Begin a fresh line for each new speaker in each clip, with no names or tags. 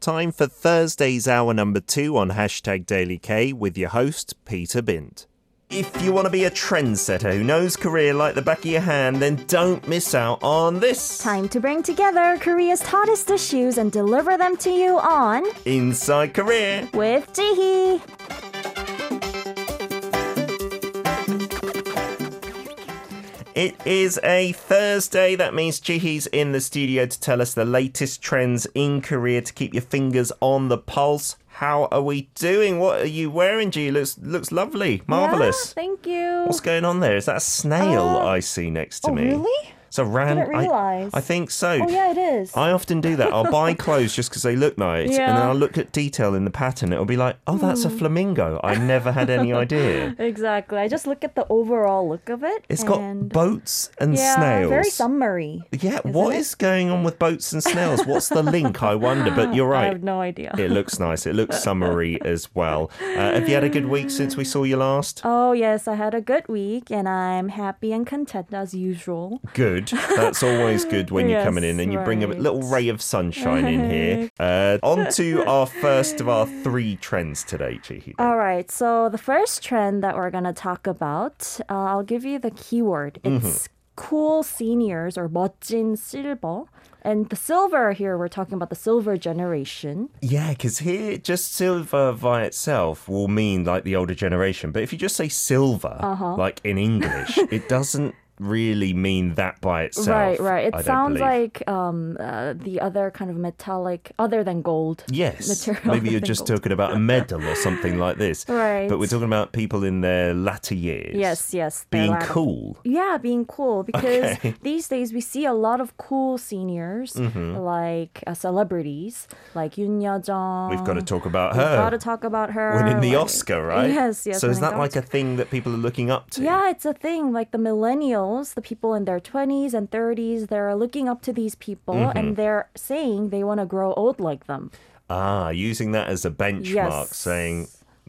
time for Thursday's hour number two on hashtag Daily K with your host, Peter Bint. If you want to be a trendsetter who knows Korea like the back of your hand, then don't miss out on this
Time to bring together Korea's hottest issues and deliver them to you on
Inside Korea.
with Jihee.
It is a Thursday. That means Jihee's in the studio to tell us the latest trends in Korea to keep your fingers on the pulse. How are we doing? What are you wearing, Jihee? Looks looks lovely, marvelous.
thank you.
What's going on there? Is that a snail I see next to
oh,
me?
really?
It's a ran.
Didn't realise.
I, think so.
Oh yeah, it is.
I often do that. I'll buy clothes just because they look nice, and then
Yeah. Hmm.
I'll look at detail in the pattern. It'll be like, oh, that's a flamingo. I never had any idea.
exactly. I just look at the overall look of it.
It's
and-
got boats and
yeah,
snails.
Very summery.
Yeah, what
it?
is going on with boats and snails? What's the link? I wonder, but you're
I
right.
have no idea.
It looks nice. It looks summery as well. Uh, have you had a good week since we saw you last?
Oh yes, I had a good week and I'm happy and content as usual.
Good. That's always good when you're coming in
Yes,
and you bring a
right.
little ray of sunshine in here. Uh, on to our first of our three trends today, Chihi. then.
All right, so the first trend that we're gonna talk about, uh, I'll give you the keyword.
Mm-hmm.
It's cool seniors or 멋진 silver, and the silver here we're talking about the silver generation.
Yeah, because here just silver by itself will mean like the older generation. But if you just say silver,
Uh-huh.
like in English, it doesn't really mean that by itself.
right, right. It
I don't
sounds
believe.
like um, uh, the other kind of metallic, other than gold.
Yes.
material
Maybe you're
than
just
gold.
talking about a medal or something like this.
Right.
But we're talking about people in their latter years.
Yes, yes. they're
Being
latter-
cool.
Yeah, being cool because
Okay.
these days we see a lot of cool seniors
Mm-hmm.
like uh, celebrities like Yoon Yeo-jung.
We've got to talk about
Ah. We've
her.
got to talk about her.
Oh. Winning the
like-
Oscar, right?
Yes, yes.
So is
winning
that
the
like
Oscar.
a thing that people are looking up to?
Yeah, it's a thing. Like the millennials, the people in their 20s and 30s, they're looking up to these people
Mm-hmm.
and they're saying they want to grow old like them.
Ah, using that as a benchmark,
Yes.
saying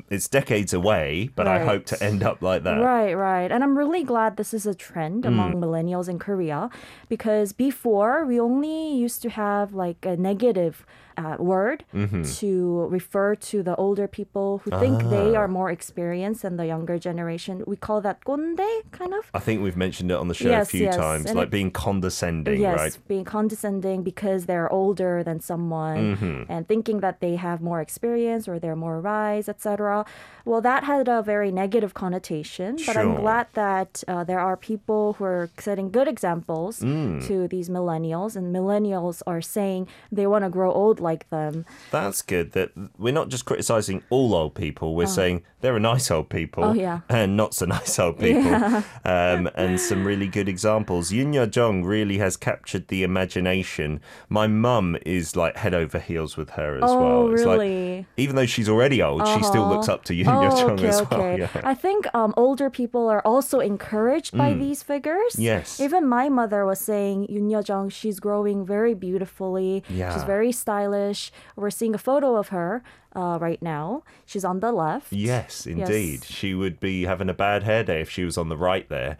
it's decades away, but I
Right.
hope to end up like that.
Right, right. And I'm really glad this is a trend
Mm.
among millennials in Korea because before we only used to have like a negative uh, word
Mm-hmm.
to refer to the older people who think they
Ah.
are more experienced than the younger generation. We call that 꼰대, kind of.
I think we've mentioned it on the show a
Yes,
few
yes,
times,
and
like
it-
being condescending,
yes,
right?
being condescending because they're older than someone
Mm-hmm.
and thinking that they have more experience or they're more wise, etc. Well, that had a very negative connotation, but I'm
Sure.
glad that uh, there are people who are setting good examples
Mm.
to these millennials, and millennials are saying they want to grow old like them.
That's good that we're not just criticizing all old people, we're saying there are nice old people
Oh, yeah.
and not so nice old people, um, and some really good examples. Yun Yeo Jong really has captured the imagination. My mum is like head over heels with her as well.
oh,
It's like,
really?
even though she's already old, she still looks up to Yun Yeo
Uh-huh. Oh,
Jong
okay,
as well.
okay.
Yeah. Mm.
I think um, older people are also encouraged by these figures.
Yes.
Even my mother was saying, Yoon Yeo Jung, she's growing very beautifully.
Yeah.
She's very stylish. We're seeing a photo of her uh, right now. She's on the left.
Yes, indeed. She would be having a bad hair day if she was on the right there.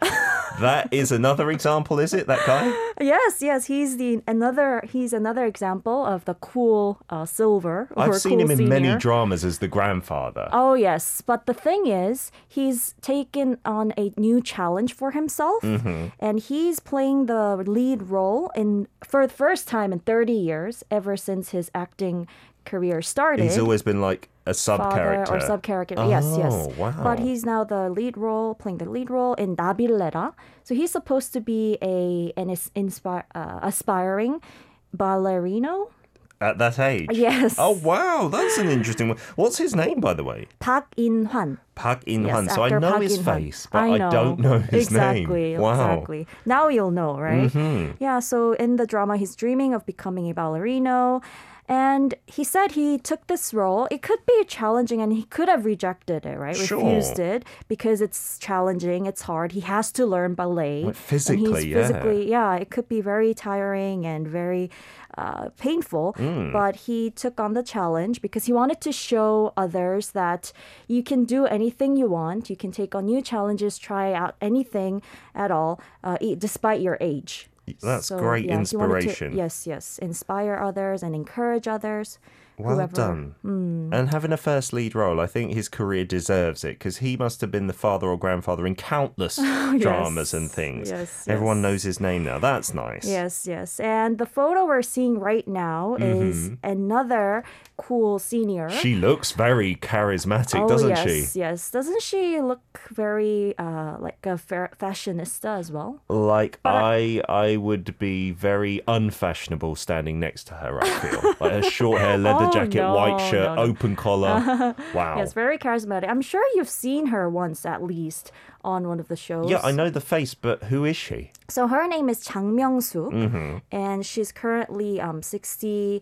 that is another example, is it? That guy?
Yes, yes. He's the another. He's another example of the cool uh, silver. or
I've seen
cool
him in many
senior.
dramas as the grandfather.
Oh, yes. But the thing is, he's taken on a new challenge for himself.
Mm-hmm.
And he's playing the lead role in for the first time in 30 years, ever since his acting career started.
He's always been like a sub
Father
character.
or sub character. yes, yes.
Oh, wow.
But he's now the lead role, playing the lead role in Nabilera. So he's supposed to be a an is- inspire, uh, aspiring ballerino.
At that age.
Yes.
Oh wow, that's an interesting one. What's his name, by the way?
Park In Hwan.
Park In
Yes,
Han. so I
actor
know
Park
his
In-hun.
face, but I, don't know his
exactly,
name. Wow. Mm-hmm.
Exactly. Now you'll know, right? Yeah, so in the drama, he's dreaming of becoming a ballerino. And he said he took this role. It could be challenging and he could have rejected it, right?
Sure.
Refused it because it's challenging, it's hard. He has to learn ballet.
Like
and
physically,
he's
yeah.
physically, yeah. It could be very tiring and very uh, painful.
Mm.
But he took on the challenge because he wanted to show others that you can do anything you want. You can take on new challenges, try out anything at all, uh, e- despite your age.
That's
So,
great
yeah, he wanted to-
inspiration.
yes, yes. Inspire others and encourage others.
Well
whoever. Hmm.
done. And having a first lead role, I think his career deserves it because he must have been the father or grandfather in countless dramas and things.
Oh, yes,
Everyone
yes.
knows his name now. That's nice.
Yes, yes. And the photo we're seeing right now
Mm-hmm.
is another cool senior.
She looks very charismatic,
oh,
doesn't she?
yes, yes. Doesn't she look very uh, like a fa- fashionista as well?
Like I, I would be very unfashionable standing next to her. I feel like her short hair, leather
Oh,
jacket, white
no,
shirt,
no, no.
open collar. wow.
Yes, very charismatic. I'm sure you've seen her once at least on one of the shows.
yeah, I know the face, but who is she?
So her name is Chang Myung-soo,
Mm-hmm.
and she's currently um, 69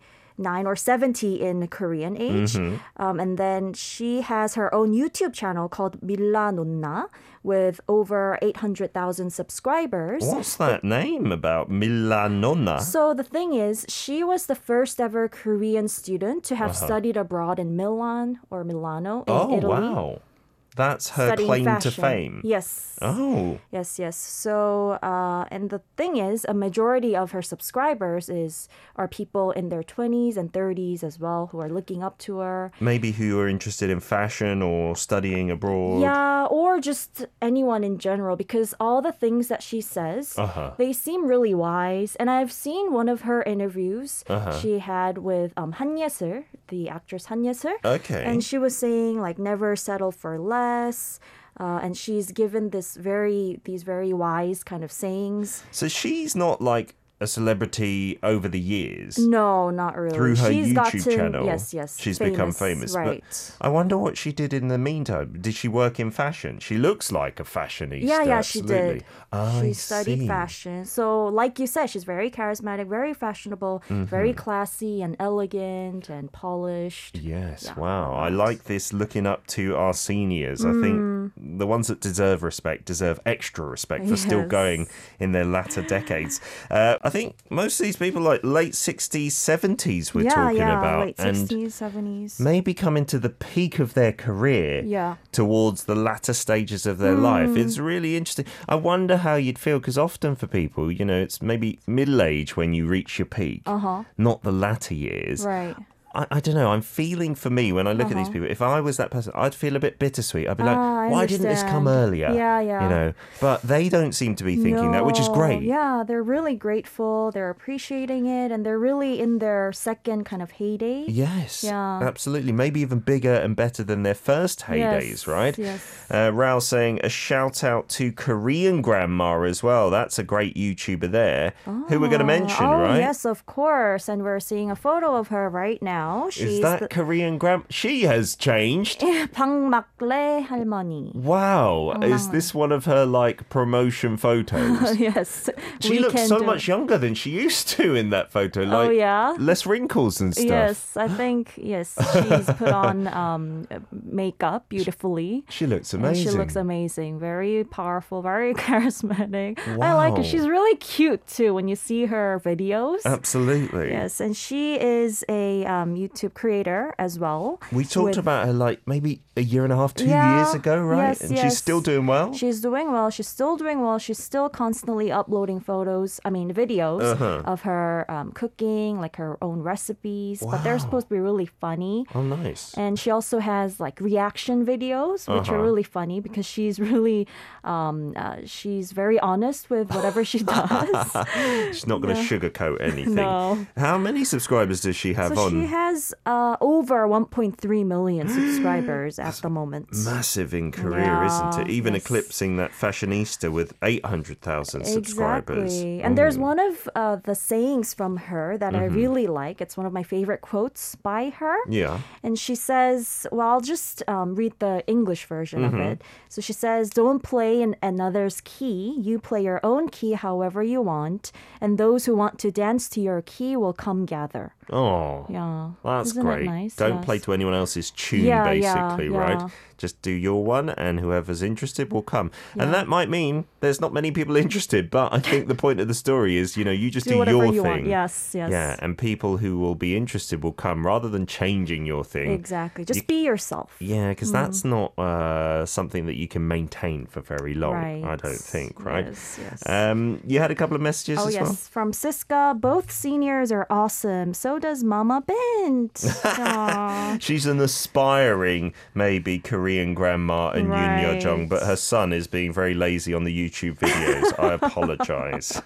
or 70 in Korean age.
Mm-hmm.
Um, and then she has her own YouTube channel called Milla Nonna with over 800,000 subscribers.
What's that name about Milanona?
So the thing is, she was the first ever Korean student to have studied abroad in Milan or Milano in
Uh-huh. oh
Italy.
wow, that's her
studying
claim
fashion.
to fame.
Yes.
Oh,
Yes, yes. So, uh, and the thing is, a majority of her subscribers is are people in their twenties and thirties as well who are looking up to her.
maybe who are interested in fashion or studying abroad.
Yeah, or just anyone in general, because all the things that she says,
Uh-huh.
they seem really wise. And I've seen one of her interviews
Uh-huh.
she had with um, Han Ye-seo, the actress Han Ye-seo.
Okay.
And she was saying like never settle for less. Uh, and she's given this very these very wise kind of sayings.
so she's not like a celebrity over the years.
No, not really.
Through her
Mm, She's
YouTube
gotten,
channel,
Yes, yes.
she's become famous. but
Right.
I wonder what she did in the meantime. Did she work in fashion? She looks like a fashionista.
yeah, yeah, she
absolutely.
did.
I
she studied
see.
fashion. So, like you said, she's very charismatic, very fashionable, very
Mm-hmm.
classy and elegant and polished.
Yes, wow. I like this looking up to our seniors.
Mm.
I think the ones that deserve respect deserve extra respect for still
Yes.
going in their latter decades. Uh, I think most of these people, like late 60s, 70s, we're
yeah,
talking
yeah,
about.
late
and
60s, 70s.
maybe coming to the peak of their career
Yeah. Mm.
towards the latter stages of their life. It's really interesting. I wonder how you'd feel because often for people, you know, it's maybe middle age when you reach your peak, uh-huh. not the latter years.
Right.
I, I don't know. I'm feeling for me when I look at these people. If I was that person, I'd feel a bit bittersweet. I'd be like,
Uh-huh. Ah, I
why didn't this come
understand.
earlier?
Yeah, yeah.
You know, but they don't seem to be thinking that, which is
No,
great.
Yeah, they're really grateful. They're appreciating it and they're really in their second kind of heyday.
Yes,
Yeah.
absolutely. Maybe even bigger and better than their first heydays,
Yes,
right?
yes.
Uh, Rao saying a shout out to Korean Grandma as well. That's a great YouTuber there who we're going to mention,
oh,
right?
yes, of course. And we're seeing a photo of her right now.
Is
She's
that Korean Grandma? She has changed.
the 박막래 할머니.
Wow.
Oh.
Is this one of her like promotion photos?
yes.
She
we
looks
can
so
do
much
it.
younger than she used to in that photo. Like,
yeah?
less wrinkles and stuff.
Yes, I think yes, she's put on um, makeup beautifully.
She looks
And
amazing.
she looks amazing, very powerful, very charismatic. I
Wow.
like
Uh,
her. She's really cute too when you see her videos.
Absolutely.
Yes, and she is a um, YouTube creator as well.
We talked
with-
about her like maybe a year and a half, two
Yeah,
years ago, right?
yes,
and she's
yes.
still doing well.
She's doing well. She's still doing well. She's still constantly uploading photos, I mean, videos
Uh-huh.
of her um, cooking, like her own recipes. But they're supposed to be really funny.
oh, nice.
And she also has like reaction videos, which
Uh-huh.
are really funny because she's really, um, uh, she's very honest with whatever she does.
She's not going to sugarcoat anything.
No.
How many subscribers does she have
so
on?
she has uh, over 1.3 million subscribers at the moment.
Massive in Korea, isn't it?
Yeah,
Even
yes.
eclipsing that fashionista with 800,000 subscribers. Oh,
Exactly. And there's one of uh, the sayings from her that I
Mm-hmm.
really like. It's one of my favorite quotes by her.
Yeah.
And she says, well, I'll just um, read the English version of
Mm-hmm.
it. So she says, Don't play in another's key. You play your own key however you want. And those who want to dance to your key will come gather.
Oh.
Yeah.
That's
Isn't
great.
It nice?
Don't
Yes.
play to anyone else's tune,
Yeah, yeah,
basically,
yeah.
right? Just do your one, and whoever's interested will come. And that might mean there's not many people interested, but I think the point of the story is, you know, you just do,
Do whatever
your
you
thing.
want. Yes, yes.
Yeah, and people who will be interested will come rather than changing your thing.
Exactly. Just be yourself.
Yeah, because that's not uh, something that you can maintain for very long, I don't think, right?
Yes, yes.
Um, you had a couple of messages
Oh
as
yes,
well.
from Siska. Both seniors are awesome. So does Mama Ben. didn't. Aw.
She's an aspiring, maybe Korean grandma and Yoon Yeo Jong,
Right.
but her son is being very lazy on the YouTube videos. I apologize.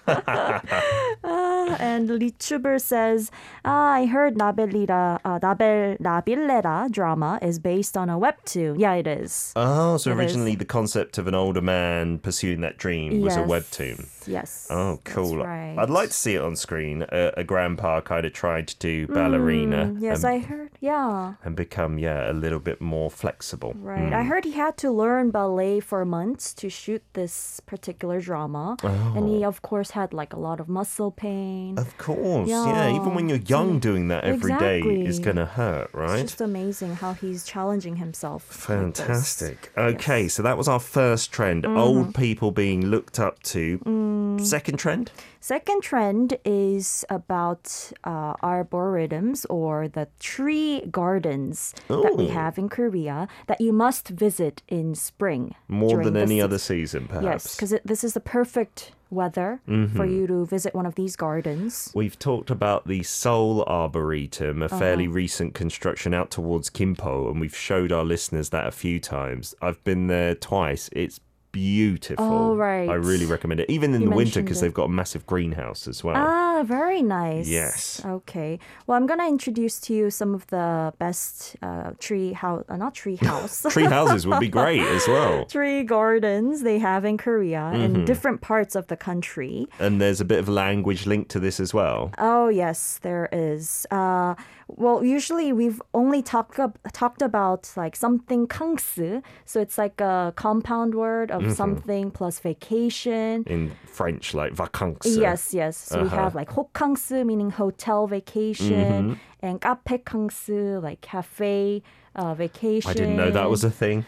Ah, and Lee Chuber says, ah, I heard Nabelira, uh, Nabel, Nabilera drama is based on a webtoon. Yeah, it is.
oh, so
It is.
originally the concept of an older man pursuing that dream was a
Yes.
webtoon.
Yes.
Oh, cool.
That's right.
I'd like to see it on screen. A, a grandpa kind of trying to do ballerina
Mm, yes,
and,
I heard. Yeah.
and become, yeah, a little bit more flexible.
Right. I heard he had to learn ballet for months to shoot this particular drama. And he,
Oh.
of course, had like a lot of muscle pain.
Of course, yeah. Even
Yeah.
when you're young, doing that every day is
Exactly.
going to hurt, right?
It's just amazing how he's challenging himself. like this.
Fantastic. Okay, so that was our first trend
Mm-hmm.
old people being looked up to.
Mm.
Second trend?
Second trend is about uh, arboretums or the tree gardens that we
Ooh.
have in Korea that you must visit in spring.
More
during
than
the
any
sea-
other season, perhaps.
Yes, because this is the perfect weather
Mm-hmm.
for you to visit one of these gardens.
We've talked about the Seoul Arboretum, a
Uh-huh.
fairly recent construction out towards Kimpo, and we've showed our listeners that a few times. I've been there twice. It's beautiful.
Oh, right.
I really recommend it, even in the
You
winter,
mentioned
because
it.
they've got a massive greenhouse as well.
Ah, very nice.
Yes.
Okay. Well, I'm gonna introduce to you some of the best uh, tree house, uh, not tree house,
Tree houses would be great as well.
tree gardens they have in Korea
Mm-hmm.
in different parts of the country.
And there's a bit of language linked to this as well.
Oh yes, there is. Uh, well, usually we've only talked ab- talked about like something kangsu, so it's like a compound word
Mm-hmm.
of something plus vacation.
in French, like vacances.
Yes, yes. So we
Uh-huh.
have like hokkangsu, meaning hotel vacation,
Mm-hmm.
and kape kangsu, like cafe uh, vacation.
I didn't know that was a thing.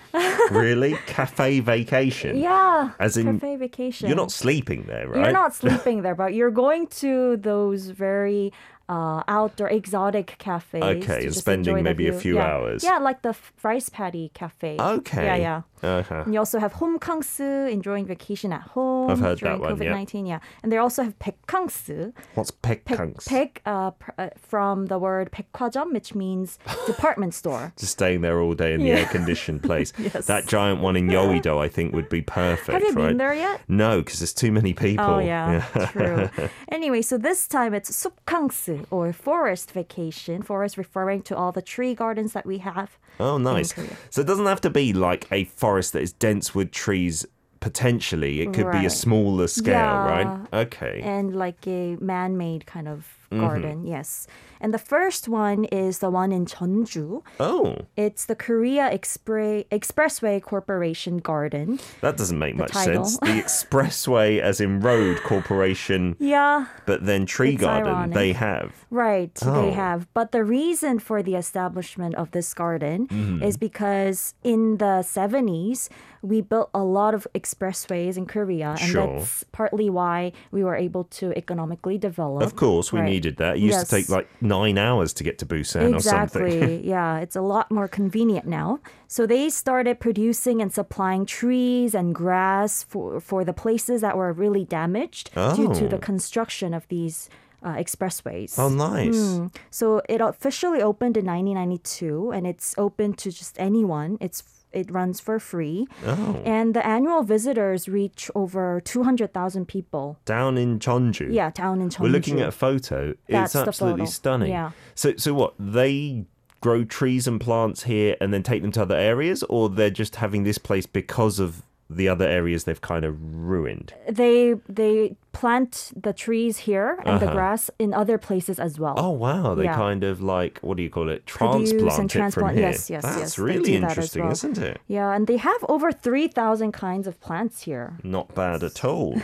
really? Cafe vacation?
yeah.
As in,
cafe vacation.
you're not sleeping there, right?
You're not sleeping there, but you're going to those very uh, outdoor exotic cafes.
Okay,
to
and
just
spending
enjoy the
maybe a
view.
few
Yeah.
hours.
Yeah, like the f- rice paddy cafe.
Okay.
Yeah, yeah.
Uh-huh.
And you also have homkangsu, enjoying vacation at home.
I've heard that
during
one, yeah.
COVID-19, yeah. And they also have baekgangsu.
What's
Baek-
pekangs?
baek, uh, pr- uh, from the word 백화점, which means department store.
Just staying there all day in the air-conditioned place.
Yes.
That giant one in Yoido, I think, would be perfect,
Have you
right?
been there yet?
No, because there's too many people.
Oh yeah, true. Anyway, so this time it's supkangsu or forest vacation. Forest referring to all the tree gardens that we have.
Oh, nice.
Korea.
So it doesn't have to be like a forest that is dense with trees. Potentially, it could be a
Right.
smaller scale,
Yeah.
right? Okay.
And like a man-made kind of
Mm-hmm.
garden, yes. And the first one is the one in Jeonju.
oh,
It's the Korea Expre- Expressway Corporation Garden.
that doesn't make much
title.
sense. The expressway, as in road corporation,
Yeah,
but then tree
It's
garden
ironic.
they have.
Right,
Oh.
they have. But the reason for the establishment of this garden
Mm-hmm.
is because in the 70s, we built a lot of expressways in Korea. And
Sure.
that's partly why we were able to economically develop.
Of course, we
Right.
needed that. It used
Yes.
to take like nine hours to get to Busan or something.
Exactly. yeah, it's a lot more convenient now. So they started producing and supplying trees and grass for for the places that were really damaged due to the construction of these uh, expressways.
Oh, nice.
Hmm. So it officially opened in 1992, and it's open to just anyone. It's it runs for free,
Oh.
and the annual visitors reach over 200,000 people.
Down in Chonju.
Yeah, down in Cheongju.
We're looking at a photo.
That's
it's
the
absolutely
photo.
stunning.
Yeah.
So, so what? They grow trees and plants here and then take them to other areas, or they're just having this place because of the other areas they've kind of
Uh,
ruined?
they they plant the trees here and
Uh-huh.
the grass in other places as well.
Oh, wow. They
Yeah.
kind of like, what do you call it?
Produce and
Transplant it from
transplant-
here.
yes, yes,
That's
yes, they
really
do that as
interesting,
well.
isn't it?
Yeah, and they have over 3,000 kinds of plants here.
Not bad at all.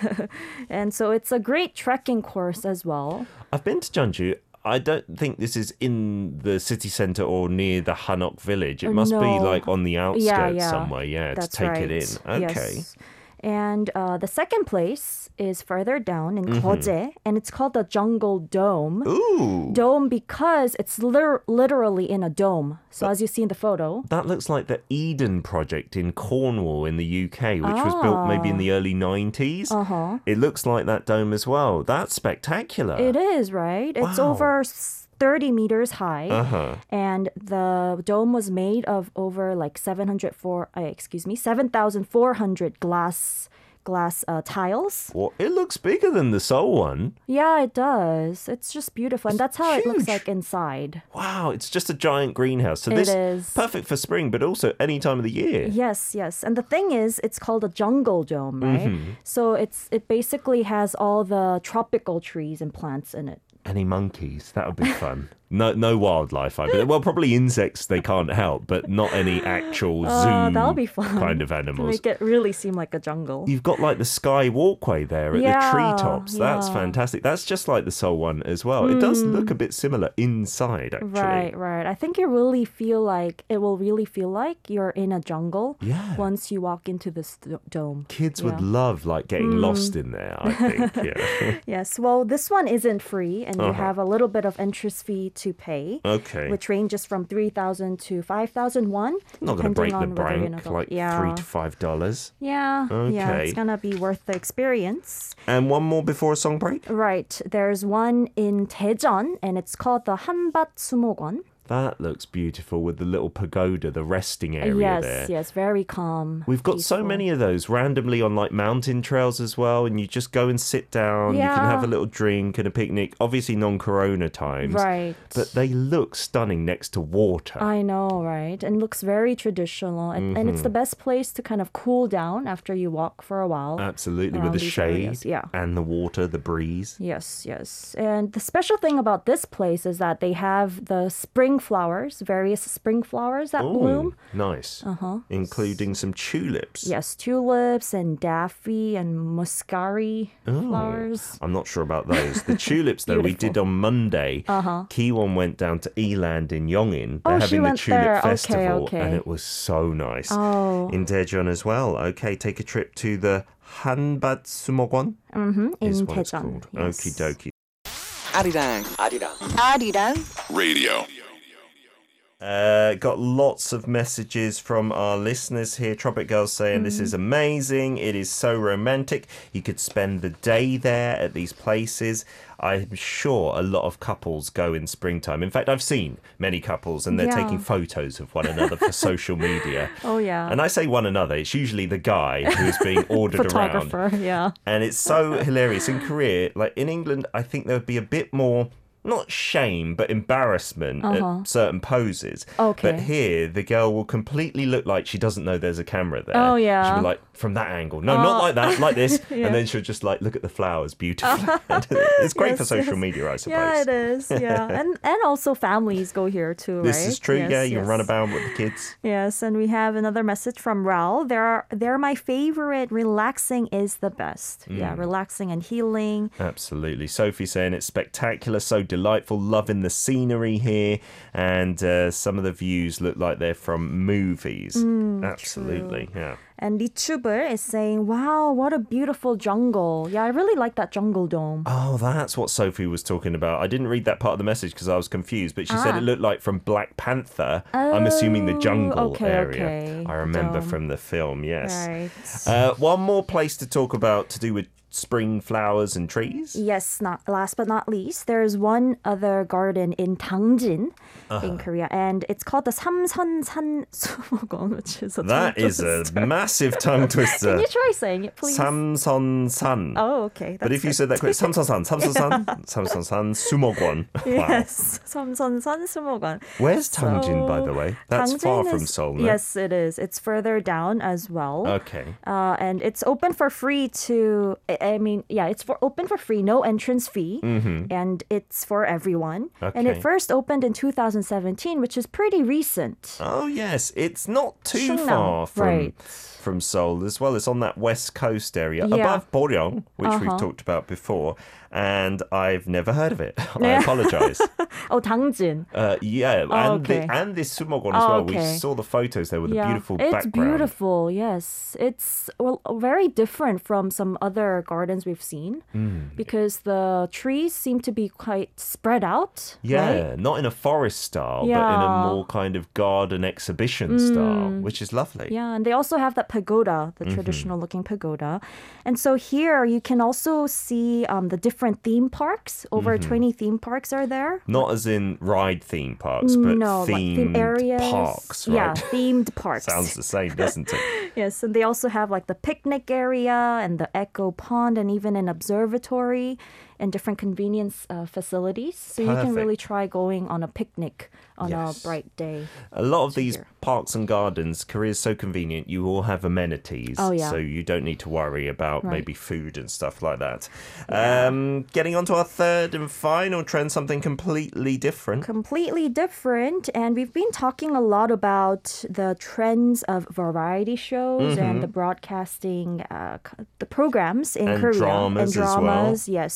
And so it's a great trekking course as well.
I've been to Jeonju. I don't think this is in the city centre or near the Hanok village. It must be
no.
like on the outskirts
yeah.
somewhere, yeah,
That's
to take
right.
it in. Okay.
Yes. And uh, the second place is further down in
Mm-hmm.
Koje, and it's called the Jungle Dome.
Ooh.
Dome because it's liter- literally in a dome. So as you see in the photo,
That looks like the Eden project in Cornwall in the UK, which was built maybe in the early 90s.
Ah. Uh-huh.
It looks like that dome as well. That's spectacular.
it is right. It's
Wow. Uh-huh.
over s- 30 meters high, and the dome was made of over like 704, uh, excuse me, 7,400 glass glass uh, tiles.
Well, it looks bigger than the Seoul one.
Yeah, it does. It's just beautiful, and that's how it looks
huge.
like inside.
Wow, it's just a giant greenhouse. So
It
this
is.
perfect for spring, but also any time of the year.
Yes, yes. And the thing is, it's called a jungle dome, right?
Mm-hmm.
So it's it basically has all the tropical trees and plants in it.
Any monkeys? That would be fun. no, no wildlife. I bet. Well, probably insects. They can't help, but not any actual
Uh,
zoo
that'll be fun.
kind of
To
animals.
make it really seem like a jungle.
You've got like the sky walkway there at
Yeah,
the treetops. That's
yeah. Hmm.
fantastic. That's just like the Seoul one as well. It does look a bit similar inside, actually.
Right, right. I think you really feel like it will really feel like you're in a jungle
Yeah.
once you walk into this d- dome.
Kids would
Yeah. Hmm.
love like getting lost in there. I think. Yeah. Uh-huh.
Yes. Well, this one isn't free, and you have a little bit of entrance fee to pay.
okay.
Which ranges from three thousand to five thousand one.
not going to break the
brain.
bank like three to five dollars.
Yeah, yeah,
Okay.
it's gonna be worth the experience.
And one more before a song break.
Right, there's one in Daejeon, and it's called the Hanbat Sumokon.
That looks beautiful with the little pagoda, the resting area
Yes,
there.
yes, very calm.
We've got so
peaceful.
many of those randomly on like mountain trails as well, and you just go and sit down. You can have
Yeah.
a little drink and a picnic. Obviously, non-corona times,
Right.
But they look stunning next to water.
I know, right? And looks very traditional, and,
Mm-hmm.
and it's the best place to kind of cool down after you walk for a
Uh.
while.
Absolutely, with
Around
the
these
shade
areas, yeah.
and the water, the breeze.
Yes, yes. And the special thing about this place is that they have the spring flowers, various spring flowers that bloom.
Ooh, nice.
um,
Uh-huh. Including some tulips.
Yes, tulips and daffy and muscari flowers.
I'm not sure about those. The tulips, though, we did on Monday. Uh-huh. Kiwon went down to Eland in Yongin. They're
Oh, she
having the
went
Tulip
there. Okay,
Festival, and
okay.
it was so nice.
Oh.
In Daejeon as well. Okay, take a trip to the Hanbat Sumogwon. Mm-hmm,
in
what it's
Daejeon,
called.
yes.
Okie dokie.
아리랑 아리랑
Radio.
Uh, got lots of messages from our listeners here. Tropic Girls saying this
Mm-hmm.
is amazing. It is so romantic. You could spend the day there at these places. I'm sure a lot of couples go in springtime. In fact, I've seen many couples and they're
Yeah.
taking photos of one another for social media.
Oh, yeah.
And I say one another, it's usually the guy who is being ordered around
Photographer, yeah.
and it's so hilarious in Korea. Like in England, I think there would be a bit more not shame but embarrassment at certain poses. But
Uh-huh. Okay.
here, the girl will completely look like she doesn't know there's a camera there.
Oh,
She'll
yeah.
be like from that angle. No, not like that. Like this, and then she'll just like look at the flowers beautifully. it's great for
Yes,
social
yes.
media, I suppose.
Yeah, it is. Yeah, and and also families go here too.
This
right?
is true.
Yes,
yeah, you
yes.
can run about with the kids.
Yes, and we have another message from Raul. There are they're my favorite. Relaxing is the best. Yeah,
Mm.
relaxing and healing.
Absolutely. Sophie saying it's spectacular, so delightful, loving the scenery here. And uh, some of the views look like they're from movies.
Mm,
Absolutely. Yeah.
And Lichuber is saying, "Wow, what a beautiful jungle." Yeah, I really like that jungle dome.
Oh, that's what Sophie was talking about. I didn't read that part of the message because I was confused, but she said
Ah.
it looked like from Black Panther. I'm assuming the
Oh,
jungle
okay,
area.
okay.
I remember
Dome.
from the film, yes.
Right.
Uh, one more place to talk about to do with spring flowers and trees.
Yes, not last but not least, there is one other garden in Tangjin in
Uh-huh.
Korea, and it's called the Samseonsan Sumokon, which is a
That
tongue
is a uh,
twister.
massive tongue twister.
Can you try saying it, please?
Samson San.
oh, okay.
But
that's
if you
good.
said that quick, Samsonsan, Samsonsan, Samsonsan, Sumogwon. Wow.
yes, Samseonsan Sumokon.
Where's Tangjin, by the way? That's far
Tangjin
from
is-
Seoul. no?
Yes, it is. It's further down as well.
Okay.
Uh, and it's open for free to. I I mean, yeah, it's for open for free, no entrance fee, and it's for everyone. And
Mm-hmm. Okay.
it first opened in 2017, which is pretty recent.
Oh yes, it's not too
Seongnam,
far from
right.
from Seoul as well. It's on that west coast area
Yeah. Uh-huh.
above Boryong, which we've talked about before, and I've never heard of it. I apologise.
Oh, Tangjin.
uh, yeah, and
okay.
the, and this Sumogon as
Oh,
well.
okay.
We saw the photos there with a beautiful
it's
background.
beautiful. Yes, it's well, very different from some other gardens we've seen
Mm.
because the trees seem to be quite spread out.
Yeah,
right?
not in a forest style, but in
Yeah. Mm.
a more kind of garden exhibition style, which is lovely.
Yeah, and they also have that pagoda,
Mm-hmm.
the traditional looking pagoda. And so here you can also see um, the different theme parks. Over
Mm-hmm.
20 theme parks are there.
Not as in ride theme parks, but
no,
themed
like theme areas.
parks,
Yeah,
right?
themed parks.
Sounds the same, doesn't it?
Yes, and they also have like the picnic area and the Echo Pond and even an observatory and different convenience uh, facilities. So you can
Perfect.
really try going on a picnic on
Yes.
a bright day.
A lot of these
here.
parks and gardens, Korea's so convenient, you all have amenities.
Oh, yeah.
So you don't need to worry about
Right.
maybe food and stuff like that. Um, getting on to our third and final trend, something completely different.
Completely different, and we've been talking a lot about the trends of variety shows and the broadcasting, uh, c- the programs in
Mm-hmm. And
Korea
dramas
and
as well.
dramas. Yes,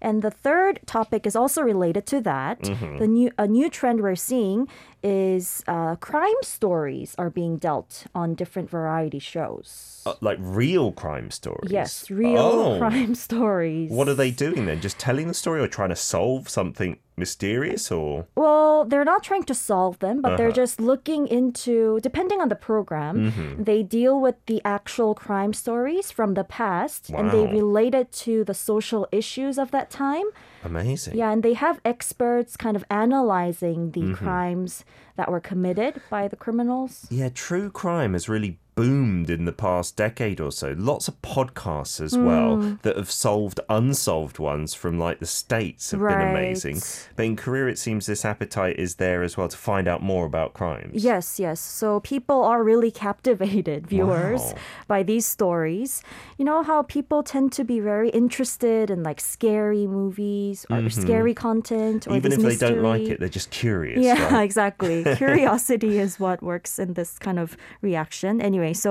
and the third topic is also related to that.
Mm-hmm.
The new a new trend we're seeing is uh, crime stories are being dealt on different variety shows.
Uh, like real crime stories.
yes, real
Oh.
crime stories.
What are they doing then? Just telling the story or trying to solve something mysterious or
Well, they're not trying to solve them, but they're just looking into, depending on the program, they deal with the actual crime stories from the past and they
Wow.
relate it to the social issues of that time.
amazing.
Yeah, and they have experts kind of analyzing the crimes that were committed by the criminals.
Yeah, true crime has really boomed in the past decade or so. Lots of podcasts as
Hmm.
well that have solved unsolved ones from like the States have been amazing.
Right.
But in Korea, it seems this appetite is there as well to find out more about crimes.
Yes, yes. So people are really captivated, viewers,
Wow.
by these stories. You know how people tend to be very interested in like scary movies or scary content or
Mm-hmm. Even if
these
they don't like
mystery-
it, they're just curious.
yeah,
right?
exactly. Curiosity is what works in this kind of reaction. Anyway, so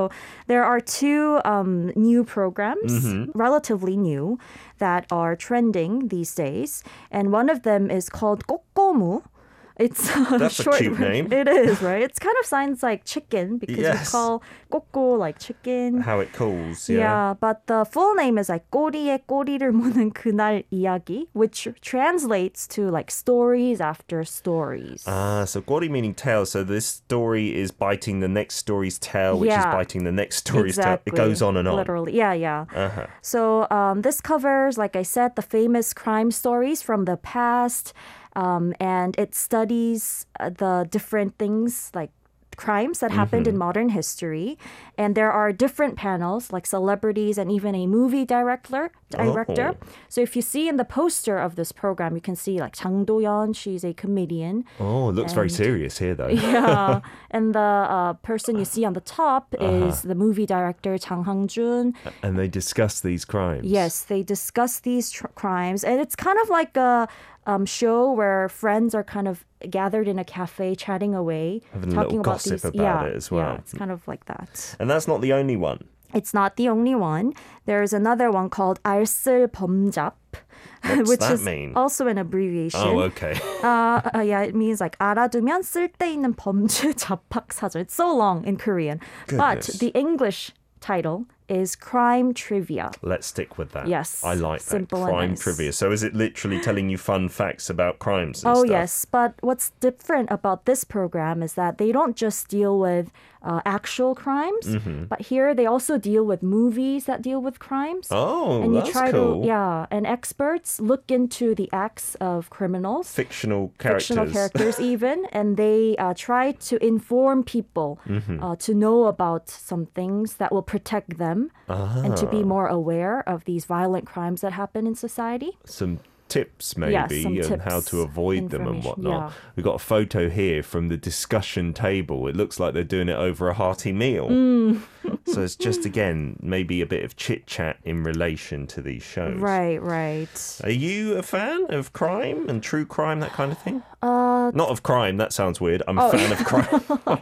there are two um, new programs,
Mm-hmm.
relatively new, that are trending these days. And one of them is called Kokomu. It's a
That's a
short
cute name.
It is, right? It's kind of sounds like chicken because
Yes.
we call koko like chicken.
How it calls.
Yeah.
Yeah.
but the full name is like 꼬리에 꼬리를 무는 그날 이야기, which translates to like stories after stories.
Ah, so Gwadi meaning tail. So this story is biting the next story's tail, which is
Yeah.
biting the next story's
exactly.
tail. It goes on Uh-huh. and on.
Literally, yeah, yeah. So um, this covers, like I said, the famous crime stories from the past, um, and it studies uh, the different things like crimes that happened
Mm-hmm.
in modern history and there are different panels like celebrities and even a movie director director
Oh.
so if you see in the poster of this program you can see like Chang Do-yeon she's a comedian
Oh, it looks very serious here, though.
yeah. And the uh, person you see on the top
Uh-huh.
is the movie director Chang Hang Jun.
And they discuss these crimes.
Yes, they discuss these tr- crimes, and it's kind of like a um, show where friends are kind of gathered in a cafe, chatting away,
Having a
talking
little
about
gossip
these.
about
yeah,
it as well.
Yeah, it's kind of like that.
And that's not the only one.
It's not the only one. There's another one called 알쓸 범잡. which
that
is
mean?
also an abbreviation.
Oh, okay.
uh, uh, yeah, it means like 알아두면 쓸데있는 범죄 잡학 사전. It's so long in Korean,
Goodness.
but the English title is crime trivia.
Let's stick with that.
Yes,
I like that.
simple and
Crime
nice.
trivia. So is it literally telling you fun facts about crimes and
Oh
stuff?
yes, but what's different about this program is that they don't just deal with uh, actual crimes,
Mm-hmm.
but here they also deal with movies that deal with crimes.
Oh,
and you
that's
try
cool.
to yeah, and experts look into the acts of criminals.
Fictional characters.
fictional characters even and they uh, try to inform people
Mm-hmm.
uh, to know about some things that will protect them and to be
Ah.
more aware of these violent crimes that happen in society
Some tips maybe
Yeah, some
and how
tips,
to avoid them and
information,
whatnot.
yeah.
We've got a photo here from the discussion table. It looks like they're doing it over a hearty meal.
Mm.
so it's just again maybe a bit of chit chat in relation to these shows.
right right
Are you a fan of crime and true crime, that kind of thing? Uh, Not of crime, that sounds weird. I'm
Oh.
a fan of crime.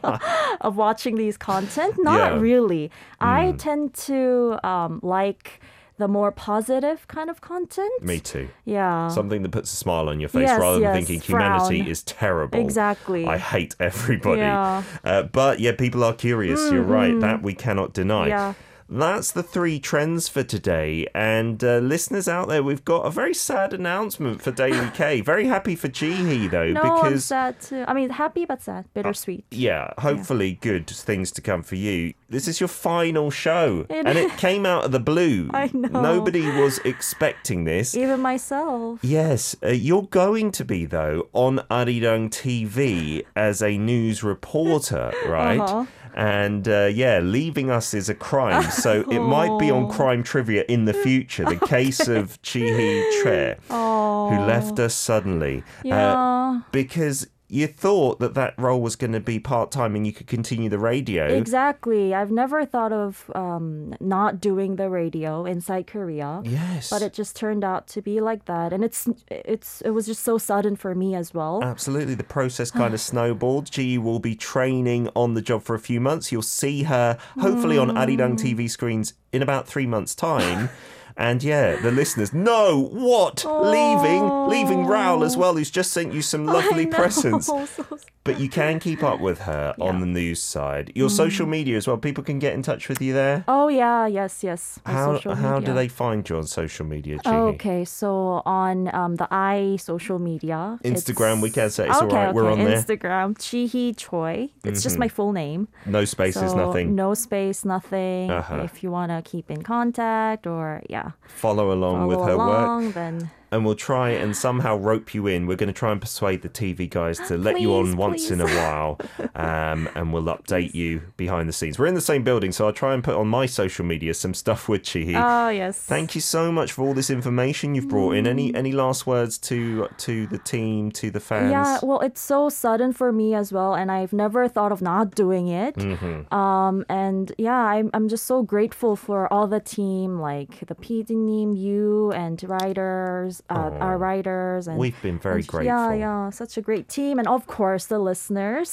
of watching these content not
Yeah. Hmm.
really i tend to um, like the more positive kind of content
Me too.
yeah
Something that puts a smile on your face
Oh. Yes,
rather than
yes,
thinking humanity
frown.
is terrible.
Exactly.
I hate everybody.
Yeah. Mm-hmm.
Uh, but yeah, people are curious. You're right. That we cannot deny.
Yeah.
That's the three trends for today. And uh, listeners out there, we've got a very sad announcement for Daily K. Very happy for Jihi, though,
No, I'm
because. Uh,
sad too. I mean, happy but sad, bittersweet.
Yeah, hopefully good things to come for you. This is your final show,
It
and it came out of the blue.
I know.
Nobody was expecting this.
Even myself.
Yes, uh, you're going to be though on Arirang TV as a news reporter, right?
Uh-huh.
And uh, yeah, leaving us is a crime, so it might be
Oh.
on crime trivia in the future. The case of Chihi Tre, who left us suddenly, uh,
Yeah.
because you thought that that role was going to be part time and you could continue the radio.
Exactly. I've never thought of um, not doing the radio inside Korea.
Yes.
But it just turned out to be like that, and it's it's it was just so sudden for me as well.
Uh, Absolutely. The process kind of snowballed. G will be training on the job for a few months. You'll see her hopefully on
Hmm.
Arirang TV screens in about three months' time. And yeah, the listeners, no, what? Leaving, leaving Raoul as well, who's just sent you some lovely
Oh, I know.
presents.
So-
But you can keep up with her on the news side. Your
Hmm.
social media as well, people can get in touch with you there.
oh yeah, yes, yes. on
how
social
how do
media.
they find you on social media, G?
Oh, Okay, so on um, the I social media, it's-
Instagram, we can say it's all
okay,
right, we're
okay,
on there.
Instagram, Chihi Choi. It's just my full name.
No spaces,
so
nothing.
No space, nothing.
Uh-huh.
If you want to keep in contact or, yeah,
Follow along
follow
with her work.
along, then
and we'll try and somehow rope you in. We're going to try and persuade the TV guys to let you on
Please,
once in a while, um, and we'll update you behind the scenes. We're in the same building, so I'll try and put on my social media some stuff with Chihi.
Oh, yes.
Thank you so much for all this information you've brought in.
Mm.
Any any last words to to the team, to the fans?
Yeah, well, it's so sudden for me as well, and I've never thought of not doing it.
Mm-hmm.
Um, and yeah, I'm, I'm just so grateful for all the team, like the PD team, you, and writers, uh, our writers, and
Oh, We've been very
and-
grateful.
Yeah, yeah, such a great team, and of course the listeners.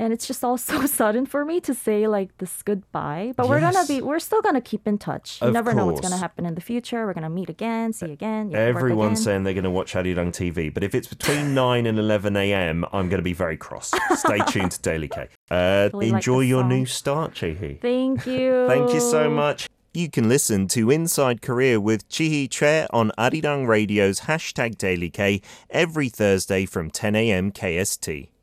And it's just all so sudden for me to say like this goodbye, but we're gonna
Yes.
be, we're still gonna keep in touch. You
Of
never know what's gonna
course. E,
happen in the future. We're gonna meet again, see again. yeah, work
Everyone's
again.
saying they're going to watch Arirang TV, but if it's between 9 and 11 a.m., I'm going to be very cross. Stay tuned to Daily K. Uh,
Really like
enjoy
the
your
song.
new start, Chihi.
Thank you.
Thank you so much. You can listen to Inside Korea with Chihi Tre on Arirang Radio's hashtag Daily K every Thursday from 10 a.m. KST.